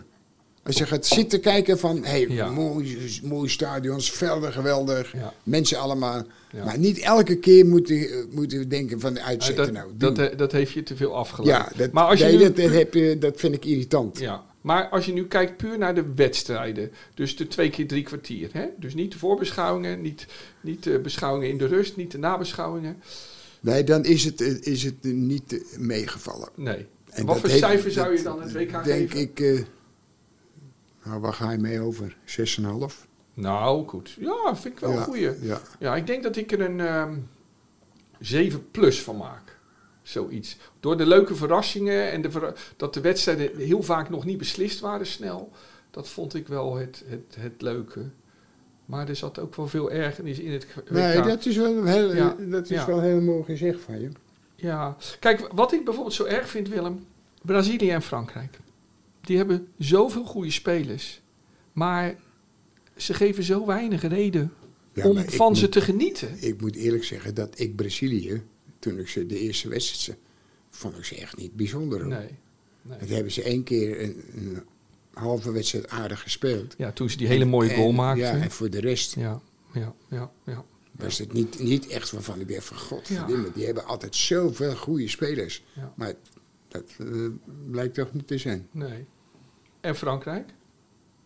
Als je gaat zitten kijken van, hey, Ja. mooi, mooi stadions, velden geweldig, Ja. mensen allemaal. Ja. Maar niet elke keer moeten, moeten we denken van, Eh, uitzetten dat, nou. dat, doen. eh, dat heeft je te veel afgeleid. ja, dat, maar als je nee, nu- dat, dat heb je, dat vind ik irritant. Ja, maar als je nu kijkt puur naar de wedstrijden, dus de twee keer drie kwartier, hè? dus niet de voorbeschouwingen, niet, niet de beschouwingen in de rust, niet de nabeschouwingen, Nee, dan is het, eh, is het eh, niet eh, meegevallen. nee. En Wat dat voor heeft- cijfer zou dat je dan het WK Denk geven? ik, eh, nou waar ga je mee over? 6,5? Nou, goed. Ja, vind ik wel Ja, een goeie. Ja. Ja, ik denk dat ik er een ehm 7 plus van maak. Zoiets. Door de leuke verrassingen en de verra- dat de wedstrijden heel vaak nog niet beslist waren snel. Dat vond ik wel het, het, het leuke. Maar er zat ook wel veel ergernis in het WK. Nee, dat is, wel heel, Ja, dat is ja. wel heel mooi gezegd van je. Ja, kijk, wat ik bijvoorbeeld zo erg vind, Willem, Brazilië en Frankrijk. Die hebben zoveel goede spelers, maar ze geven zo weinig reden Ja, om maar ik van ze moet- te genieten. Ik moet eerlijk zeggen dat ik Brazilië, toen ik ze de eerste wedstrijd, ze- vond ik ze echt niet bijzonder. hoor. Nee, nee. Dat hebben ze één keer een, een halve wedstrijd aardig gespeeld. Ja, toen ze die hele mooie En- goal maakten. Ja, Ja, en voor de rest ja, ja, ja, ja. Was het niet, niet echt waarvan ik denk van godverdomme, die hebben altijd zoveel goede spelers. Ja. Maar dat eh, blijkt toch niet te zijn. Nee. En Frankrijk?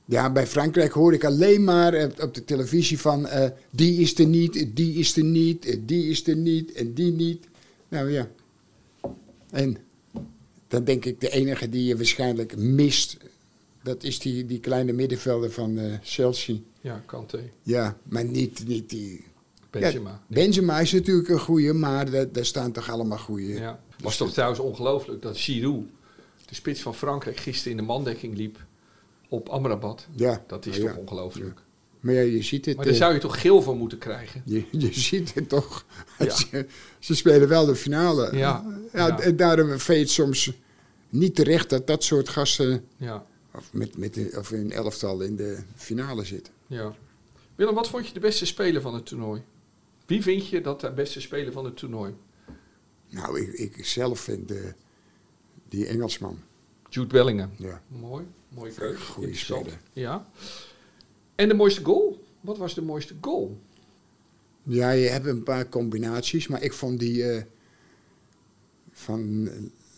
Ja, bij Frankrijk hoor ik alleen maar eh, op de televisie van eh, die is er niet, die is er niet, eh, die is er niet en die niet. Nou ja. En dan denk ik de enige die je waarschijnlijk mist, dat is die, die kleine middenvelder van eh, Chelsea. Ja, Kanté. Ja, maar niet, niet die. Benzema. Ja, Benzema is natuurlijk een goeie, maar da- daar staan toch allemaal goeie. Ja. Was toch trouwens ongelooflijk dat Giroud, de spits van Frankrijk, gisteren in de mandekking liep op Amrabat. Ja, Dat is nou ja. toch ongelooflijk. Maar ja, je ziet het. Maar daar eh, zou je toch geel voor moeten krijgen? Je, je ziet het toch. Ja. Ze, ze spelen wel de finale. Ja, ja. En daarom vind je het soms niet terecht dat dat soort gasten Ja, of met, met een, of een elftal in de finale zitten. ja. Willem, wat vond je de beste speler van het toernooi? Wie vind je dat de beste speler van het toernooi? Nou, ik, ik zelf vind eh, die Engelsman. Jude Bellingham. Ja. Mooi, mooie keuze. Goeie Interessant. speler. Ja. En de mooiste goal? Wat was de mooiste goal? ja, je hebt een paar combinaties, maar ik vond die eh, van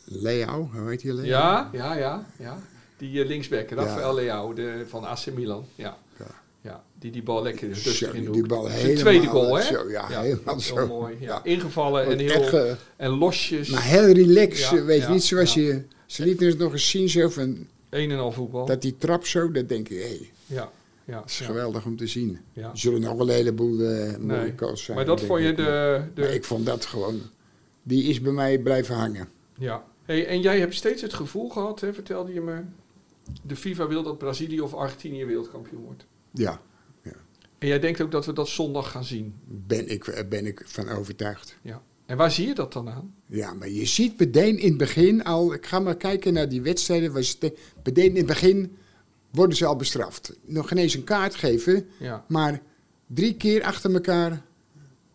Leo, hoe heet die Leo? Ja, ja, ja, ja. Die eh, linksback, Rafael Ja. Leao de, van AC Milan. Ja. Ja. Ja. die die bal lekker rustig Zo, in de hoek. die bal Zijn helemaal tweede goal, hè? zo, ja, helemaal heel zo. mooi. Ja. Ja. Ingevallen en, Want heel, echt, eh, en losjes. Maar heel relaxed, Ja, weet je ja, niet, zoals ja. je... Ze lieten het nog eens zien, zo van, Een en al voetbal. dat die trap zo, dat denk je, hé, hey, ja, ja, Dat is ja. geweldig om te zien. Ja. Er zullen nog wel een heleboel eh mooie Nee. calls zijn. Maar dat denk vond je ik. de... de Maar ik vond dat gewoon... Die is bij mij blijven hangen. Ja. Hey, en jij hebt steeds het gevoel gehad, hè, vertelde je me... De FIFA wil dat Brazilië of Argentinië wereldkampioen wordt. Ja, En jij denkt ook dat we dat zondag gaan zien. ben ik, eh, ben ik van overtuigd. Ja. En waar zie je dat dan aan? Ja, maar je ziet meteen in het begin al... Ik ga maar kijken naar die wedstrijden. Waar ze te- meteen in het begin worden ze al bestraft. Nog geen eens een kaart geven. Ja. Maar drie keer achter elkaar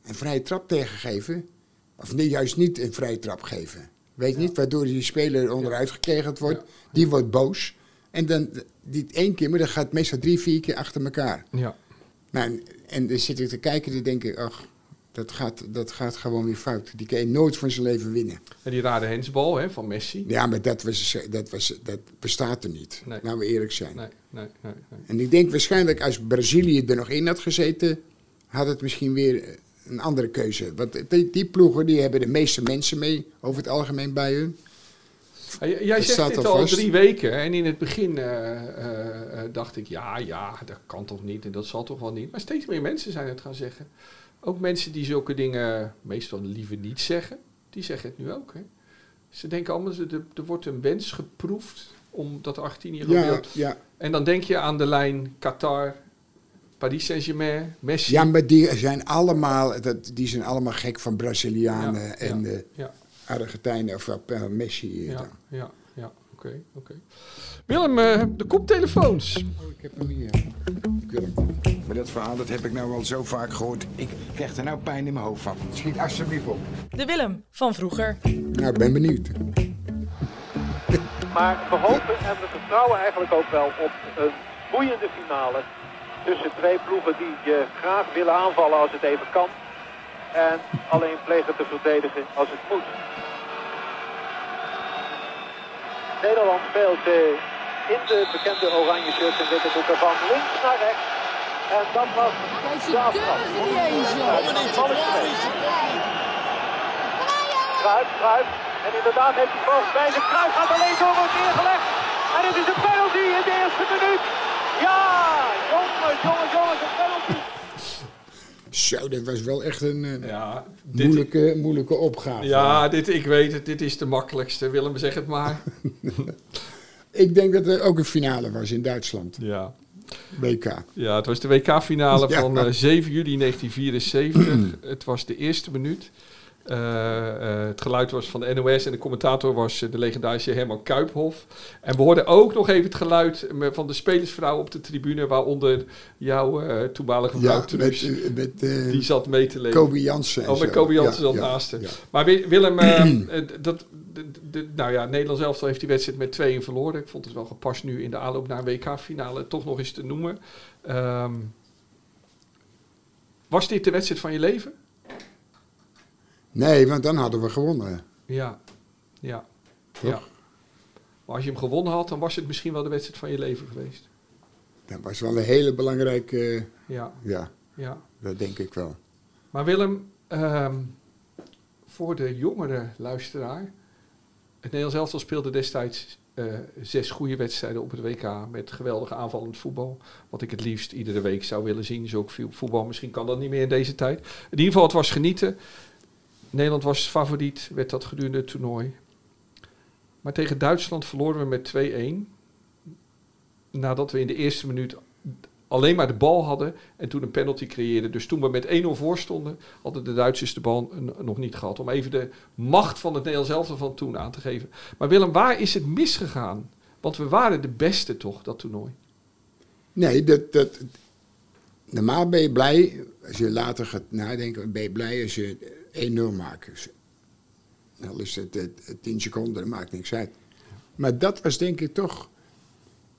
een vrije trap tegengeven. Of nee, juist niet een vrije trap geven. Weet niet, waardoor die speler onderuit gekegeld wordt. Ja. Die wordt boos. En dan die één keer, maar dat gaat meestal drie, vier keer achter elkaar. Ja. Nou, en, en dan zit ik te kijken, dan denk ik, ach, dat gaat, dat gaat gewoon weer fout. Die kan je nooit van zijn leven winnen. En die rare hensbal hè, van Messi. Ja, maar dat, was, dat, was, dat bestaat er niet. Nee. Laten we eerlijk zijn. Nee, nee, nee. nee. En ik denk waarschijnlijk als Brazilië er nog in had gezeten, had het misschien weer eh, een andere keuze. Want die, die ploegen die hebben de meeste mensen mee over het algemeen bij hun. Hey, Eh, j- jij Dat staat zegt dit al al vast. drie weken. hè, En in het begin eh, eh, eh, dacht ik, ja, ja, dat kan toch niet en dat zal toch wel niet. Maar steeds meer mensen zijn het gaan zeggen. Ook mensen die zulke dingen meestal liever niet zeggen, die zeggen het nu ook. Hè. Ze denken allemaal, ze- er, er wordt een wens geproefd omdat Argentinië Ja, gebeurt. ja. En dan denk je aan de lijn Qatar, Paris Saint-Germain, Messi. ja, maar die zijn allemaal, dat, die zijn allemaal gek van Brazilianen Ja, en ja, eh, ja. Argentijnen of eh, Messi. eh, Ja, dan. ja, ja. Oké, oké. Willem, eh, de koptelefoons. Oh, ik heb hem hier. Ik wil hem. Maar dat verhaal dat heb ik nou al zo vaak gehoord. Ik krijg er nou pijn in mijn hoofd van. Schiet alsjeblieft op. De Willem van vroeger. Nou, ik ben benieuwd. Maar we hopen en we vertrouwen eigenlijk ook wel op een boeiende finale. Tussen twee ploegen die je graag willen aanvallen als het even kan. En alleen plegen te verdedigen als het moet. Nederland speelt eh, in de bekende oranje shirt en witte doeken van links naar rechts. En dat was de aftrap. Kruip, Kruip. En inderdaad heeft hij vast bij zich. Kruip gaat alleen door, wordt neergelegd. En het is een penalty in de eerste minuut. Ja, jongens, jongens, jongens, een penalty. Zo, dat was wel echt een eh, Ja, dit, moeilijke, moeilijke opgave. ja dit, ik weet het, dit is de makkelijkste. Willem, zeg het maar. Ik denk dat er ook een finale was in Duitsland, ja. WK. ja, het was de WK-finale Ja. van eh, 7 juli 1974. het was de eerste minuut. Eh, eh, het geluid was van de NOS en de commentator was eh, de legendarische Herman Kuiphof. En we hoorden ook nog even het geluid eh, van de spelersvrouw op de tribune, waaronder jouw eh, toenmalige vrouw Ja, Truus. met, eh, met eh, die zat mee te leven. Kobe Jansen. en Oh, bij zo. Kobe Jansen Ja, zat ja, naast hem. ja. Maar Wi- Willem, eh, eh, dat, d- d- nou ja, Nederland zelf heeft die wedstrijd met 2-1 verloren. Ik vond het wel gepast nu in de aanloop naar een WK-finale toch nog eens te noemen. Ehm, Was dit de wedstrijd van je leven? Nee, want dan hadden we gewonnen. Ja. Ja. Toch? ja. Maar als je hem gewonnen had, dan was het misschien wel de wedstrijd van je leven geweest. Dat was wel een hele belangrijke... eh, Ja. ja, Ja. dat denk ik wel. Maar Willem, ehm, voor de jongere luisteraar. Het Nederlands elftal speelde destijds eh, zes goede wedstrijden op het WK. Met geweldig aanvallend voetbal. Wat ik het liefst iedere week zou willen zien. Zo veel voetbal. Misschien kan dat niet meer in deze tijd. In ieder geval, het was genieten. Nederland was favoriet. Werd dat gedurende het toernooi. Maar tegen Duitsland verloren we met 2-1. Nadat we in de eerste minuut alleen maar de bal hadden en toen een penalty creëerden. Dus toen we met 1-0 voor stonden, hadden de Duitsers de bal n- nog niet gehad. Om even de macht van het Nederlands elftal van toen aan te geven. Maar Willem, waar is het misgegaan? Want we waren de beste toch, dat toernooi. Nee, dat, dat, normaal ben je blij, als je later gaat nadenken, ben je blij als je 1-0 maakt. Dus, al is het, het, het 10 seconden, dat maakt niks uit. Maar dat was denk ik toch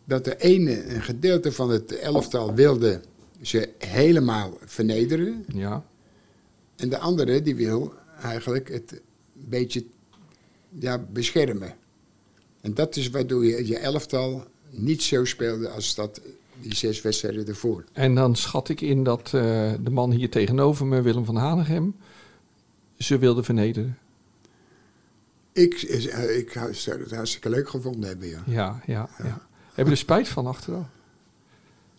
dat de ene, een gedeelte van het elftal wilde ze helemaal vernederen. Ja, En de andere die wil eigenlijk het een beetje ja, beschermen. En dat is waardoor je je elftal niet zo speelde als dat die zes wedstrijden ervoor. en dan schat ik in dat eh, de man hier tegenover me, Willem van Hanegem, ze wilde vernederen. Ik, eh, ik zou het hartstikke leuk gevonden hebben, ja. Ja, ja, ja. Hebben we er spijt van achteraf?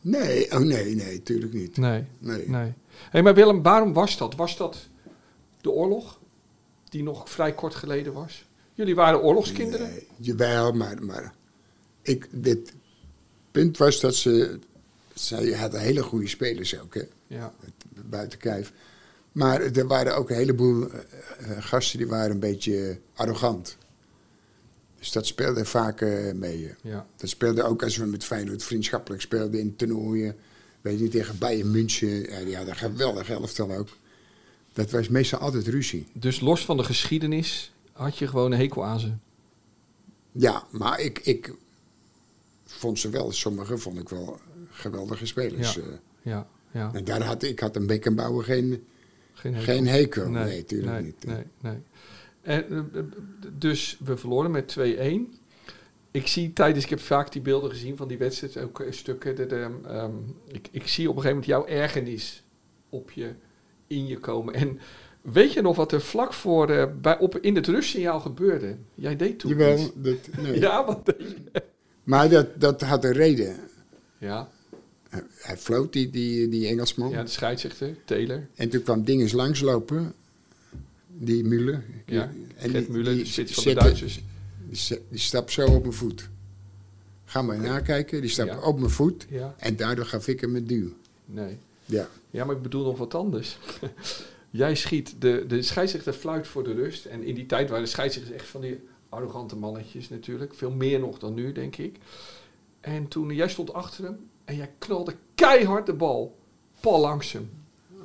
Nee, oh nee, nee, tuurlijk niet. Nee. Nee. nee. Hey, maar Willem, waarom was dat? Was dat de oorlog die nog vrij kort geleden was? Jullie waren oorlogskinderen? Nee, jawel, maar, maar ik, dit punt was dat ze, zij hadden hele goede spelers ook, hè. Ja. Het- buiten kijf. Maar er waren ook een heleboel eh, eh, gasten die waren een beetje arrogant. Dus dat speelde vaak eh, mee. eh. ja. Dat speelde ook als we met Feyenoord vriendschappelijk speelden in toernooien. Weet je, tegen Bayern München. Ja, die hadden een geweldig elftal ook. Dat was meestal altijd ruzie. Dus los van de geschiedenis had je gewoon een hekel aan ze. Ja, maar ik, ik vond ze wel, sommige vond ik wel geweldige spelers. Ja. eh. Ja, ja. en daar had ik had een Beckenbauer geen, Geen geen hekel. Nee, natuurlijk nee, niet. Nee, nee. En, eh, eh, dus we verloren met 2-1. Ik zie tijdens, ik heb vaak die beelden gezien van die wedstrijd, ook eh, stukken. Dat, ehm, ehm, ik, ik zie op een gegeven moment jouw ergernis op je, in je komen. En weet je nog wat er vlak voor eh, bij, op, in het rustsignaal gebeurde? Jij deed toen iets. Jawel, dat, nee. Ja, wat deed je? Maar dat, dat had een reden. Ja, Hij- Hij floot, die, die, die Engelsman. ja, de scheidsrechter, Taylor. En toen kwam dinges langslopen. Die Müller. Ja, en Gert Muller, de spits van de zette- Duitsers. Die, ze- die stapt zo op mijn voet. Ga maar nakijken. Die stapt Ja. op mijn voet. Ja, En daardoor gaf ik hem een duw. nee. Ja. Ja, maar ik bedoel nog wat anders. Jij schiet, de, de scheidsrechter fluit voor de rust. En in die tijd waren de scheidsrechters echt van die arrogante mannetjes natuurlijk. Veel meer nog dan nu, denk ik. En toen, jij stond achter hem en jij knalde keihard de bal. Pal langs hem.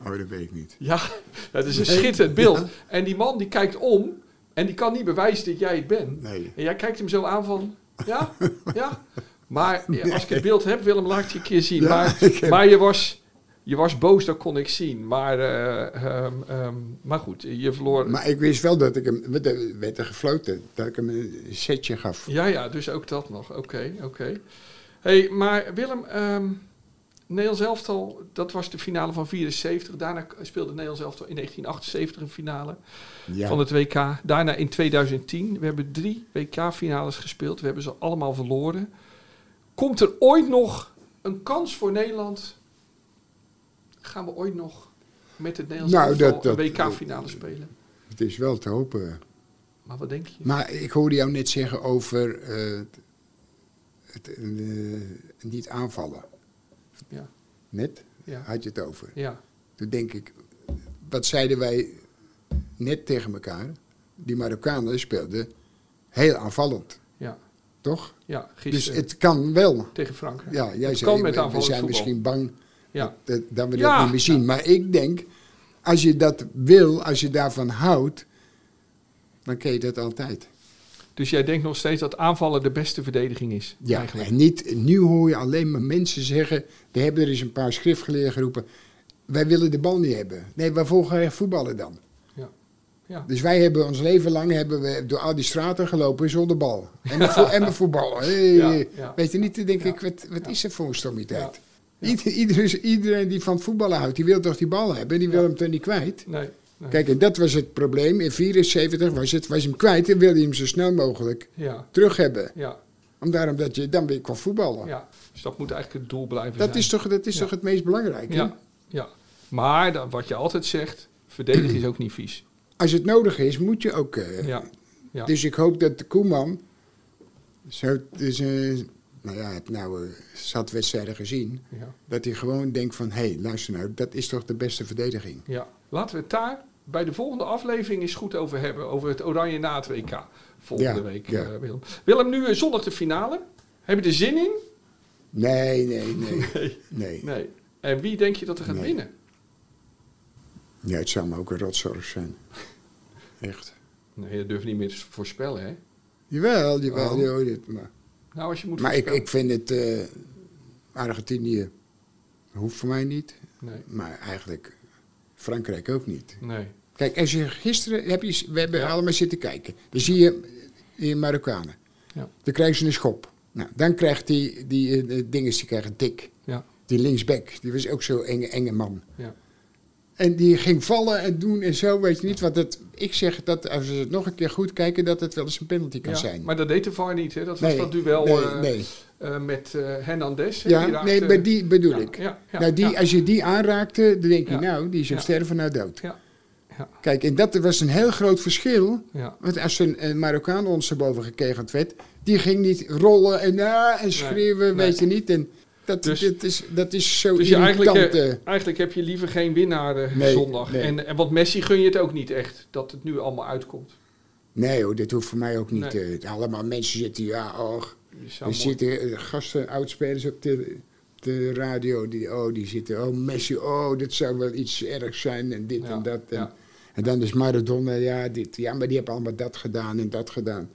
Oh, dat weet ik niet. Ja, dat is een schitterend beeld. En die man die kijkt om en die kan niet bewijzen dat jij het bent. Nee. En jij kijkt hem zo aan van, ja, ja. Maar ja, als ik het beeld heb, Willem, laat ik je een keer zien. Ja, maar ik heb- maar je, was, je was boos, dat kon ik zien. Maar, eh, ehm, ehm, maar goed, je verloor. Maar ik wist wel dat ik hem... want Er werd er gefloten. Dat ik hem een setje gaf. Ja, ja, dus ook dat nog. Oké, oké. hey, maar Willem, ehm Nederlands elftal, dat was de finale van 74. Daarna k- speelde Nederlands elftal in 1978 een finale. Ja. van het WK. Daarna in 2010. We hebben drie WK-finales gespeeld. We hebben ze allemaal verloren. Komt er ooit nog een kans voor Nederland? Gaan we ooit nog met het Nederlands Nou, elftal dat- dat- een WK-finale spelen? Het is wel te hopen. Maar wat denk je? Maar ik hoorde jou net zeggen over eh, het eh, niet aanvallen. Ja. Net Ja. had je het over. Ja, Toen denk ik, wat zeiden wij net tegen elkaar? Die Marokkanen speelden heel aanvallend, ja, toch? ja. Dus Gisteren het kan wel. tegen Frankrijk. Ja, jij eh. Het zei, kan met we- we, aanvallend zijn voetbal. misschien bang Ja, dat, dat we Ja. dat niet meer zien. Maar ik denk, als je dat wil, als je daarvan houdt, dan kun je dat altijd. dus jij denkt nog steeds dat aanvallen de beste verdediging is? Ja, eigenlijk. en niet, nu hoor je alleen maar mensen zeggen... we hebben er eens een paar schriftgeleerden geroepen... wij willen de bal niet hebben. Nee, waarvoor ga je voetballen dan? Ja. Ja. Dus wij hebben ons leven lang hebben we door al die straten gelopen zonder bal. En we, vo- en we voetballen. Hey, Ja, ja. Weet je niet, dan denk ik, wat, wat is er voor een stommiteit? Ieder- iedereen, iedereen die van het voetballen houdt, die wil toch die bal hebben? Die wil hem toch niet kwijt? Nee. nee. Kijk, en dat was het probleem. In 74 was, het, was hij hem kwijt en wilde hij hem zo snel mogelijk Ja. terug hebben. Ja. Om daarom dat je dan weer kon voetballen. ja. Dus dat moet eigenlijk het doel blijven Dat zijn. is toch, dat is Ja. toch het meest belangrijke? Ja. ja. Maar dan, wat je altijd zegt, verdedigen is ook niet vies. Als het nodig is, moet je ook... eh, Ja. Ja. Dus ik hoop dat de Koeman... Zo, dus, eh, nou ja, ik heb nou eh, zat wedstrijden gezien. Ja. Dat hij gewoon denkt van... Hé, hey, luister nou, dat is toch de beste verdediging? Ja, laten we het daar bij de volgende aflevering eens goed over hebben. Over het Oranje na het WK. Volgende Ja, week, ja. eh, Willem. Willem, nu eh, zondag de finale. Heb je er zin in? Nee, nee, nee. Nee. nee. Nee. En wie denk je dat er gaat Nee. winnen? Ja, het zou me ook een rotzorg zijn. Echt. Nee, dat durf je niet meer te voorspellen, hè? Jawel, jawel. Oh. joh, dit, maar Nou, als je moet maar ik, voorspellen. ik vind het... eh, Argentinië hoeft voor mij niet. Nee. Maar eigenlijk Frankrijk ook niet. Nee. Kijk, als je gisteren heb je, we hebben Ja. allemaal zitten kijken. Dan zie je die Marokkanen. Ja. Dan krijgen ze een schop. Nou, dan krijgt die, die eh, de dinges, die krijgen tik. Ja. Die linksback, die was ook zo'n enge, enge man. Ja. En die ging vallen en doen en zo, weet je niet. Want het, ik zeg dat als ze het nog een keer goed kijken, dat het wel eens een penalty kan Ja, zijn. Maar dat deed de VAR niet, hè? Dat was dat duel nee, eh, nee. eh, met eh, Hernandez. hè? Die Ja, raakte- nee, maar die bedoel Ja, ik. ja, ja, nou, die, ja. Als je die aanraakte, dan denk je, Ja. nou, die is een Ja. sterven nou dood. Ja. Ja. Kijk, en dat was een heel groot verschil. Ja. Want als een, een Marokkaan ons erboven gekegeld werd, die ging niet rollen en, ah, en schreeuwen, nee. weet je niet. En dat, Dus- dat, is, dat is zo Dus je irritant. eigenlijk, eh, eh. eigenlijk heb je liever geen winnaar eh, Nee, zondag. nee. En, en want Messi gun je het ook niet echt, dat het nu allemaal uitkomt. nee hoor, dat hoeft voor mij ook niet. Nee. eh, allemaal mensen zitten, ja, och. Dus zou Er mooi- zitten eh, gasten, oudspelers op de, de radio, die, oh, die zitten, oh, Messi, oh, dit zou wel iets ergs zijn en dit Ja, en dat. En, ja. en dan is Maradona, ja, dit, ja, maar die hebben allemaal dat gedaan en dat gedaan.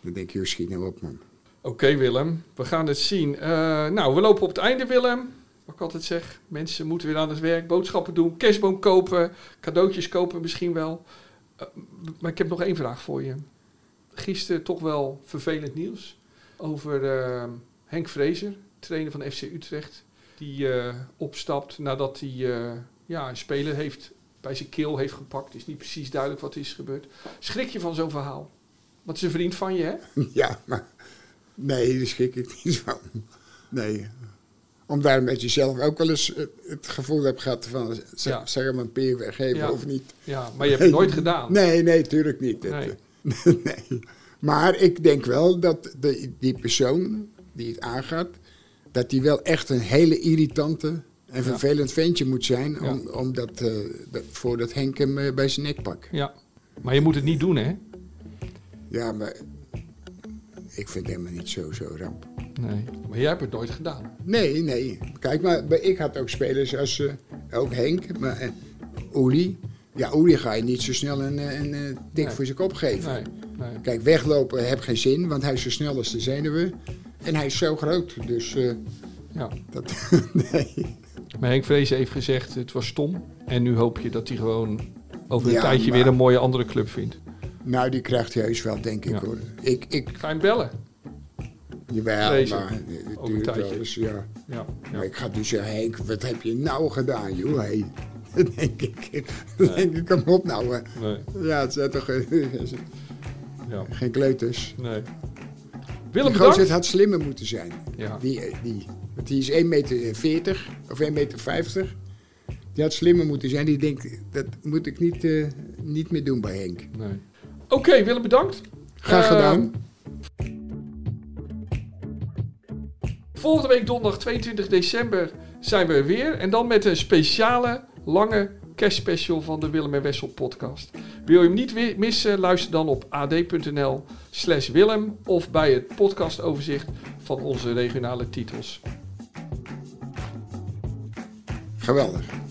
Dan denk je, joh, schiet nou op, man. Oké Willem, we gaan het zien. Eh, nou, we lopen op het einde Willem. Wat ik altijd zeg, mensen moeten weer aan het werk, boodschappen doen, kerstboom kopen, cadeautjes kopen misschien wel. Eh, maar ik heb nog één vraag voor je. Gisteren toch wel vervelend nieuws over eh, Henk Vrezer, trainer van FC Utrecht. Die eh, opstapt nadat hij eh, ja, een speler heeft, bij zijn keel heeft gepakt. Het is niet precies duidelijk wat er is gebeurd. Schrik je van zo'n verhaal? Want het is een vriend van je hè? Ja, maar nee, daar schrik ik niet van. Nee. Omdat je met jezelf ook wel eens eh, het gevoel hebt gehad van, z- Ja. zeg hem een peer weggeven Ja. of niet. Ja, maar je hebt het Nee. nooit gedaan. Nee, nee, tuurlijk niet. Dat, Nee. eh, nee. Maar ik denk wel dat de, die persoon die het aangaat, dat die wel echt een hele irritante en vervelend ventje moet zijn, om, om dat, eh, dat- voordat Henk hem eh, bij zijn nek pakt. Ja, maar je moet het niet doen, hè? Ja, maar ik vind hem niet zo, zo ramp. Nee. Maar jij hebt het nooit gedaan. Nee, nee. Kijk, maar bij- ik had ook spelers als eh, ook Henk, maar eh, Uli. Ja, Uli ga je niet zo snel een, eh, een, eh, dik Nee. voor zijn kop geven. Nee, nee. Kijk, weglopen heb geen zin, want hij is zo snel als de zenuwen. En hij is zo groot, dus eh, Ja. dat... nee. Maar Henk Vrezen heeft gezegd, het was stom. En nu hoop je dat hij gewoon over een Ja, tijdje maar- weer een mooie andere club vindt. Nou, die krijgt hij heus wel, denk ik Ja. hoor. Ik, ik, Ik ga hem bellen. jawel, Deze. maar het Ook een duurt wel tijdje. eens, ja. Ja, Maar ja. ik ga dus zeggen, Henk, wat heb je nou gedaan, joh, hé? Dat denk ik, dat denk ik, kom op nou. hè. Nee, Ja, het zijn toch eh, ja. geen kleuters. Nee. Die Willem, gozer bedankt. had slimmer moeten zijn. Ja. Die, eh, die, want die is 1,40 meter eh, of 1,50 meter. Die had slimmer moeten zijn. Die denkt, dat moet ik niet, eh, niet meer doen bij Henk. Nee. Oké, Willem, bedankt. Graag Eh, gedaan. Volgende week donderdag 22 december zijn we er weer. En dan met een speciale lange kerstspecial van de Willem en Wessel podcast. Wil je hem niet wi- missen? Luister dan op ad.nl slash Willem of bij het podcastoverzicht van onze regionale titels. Geweldig.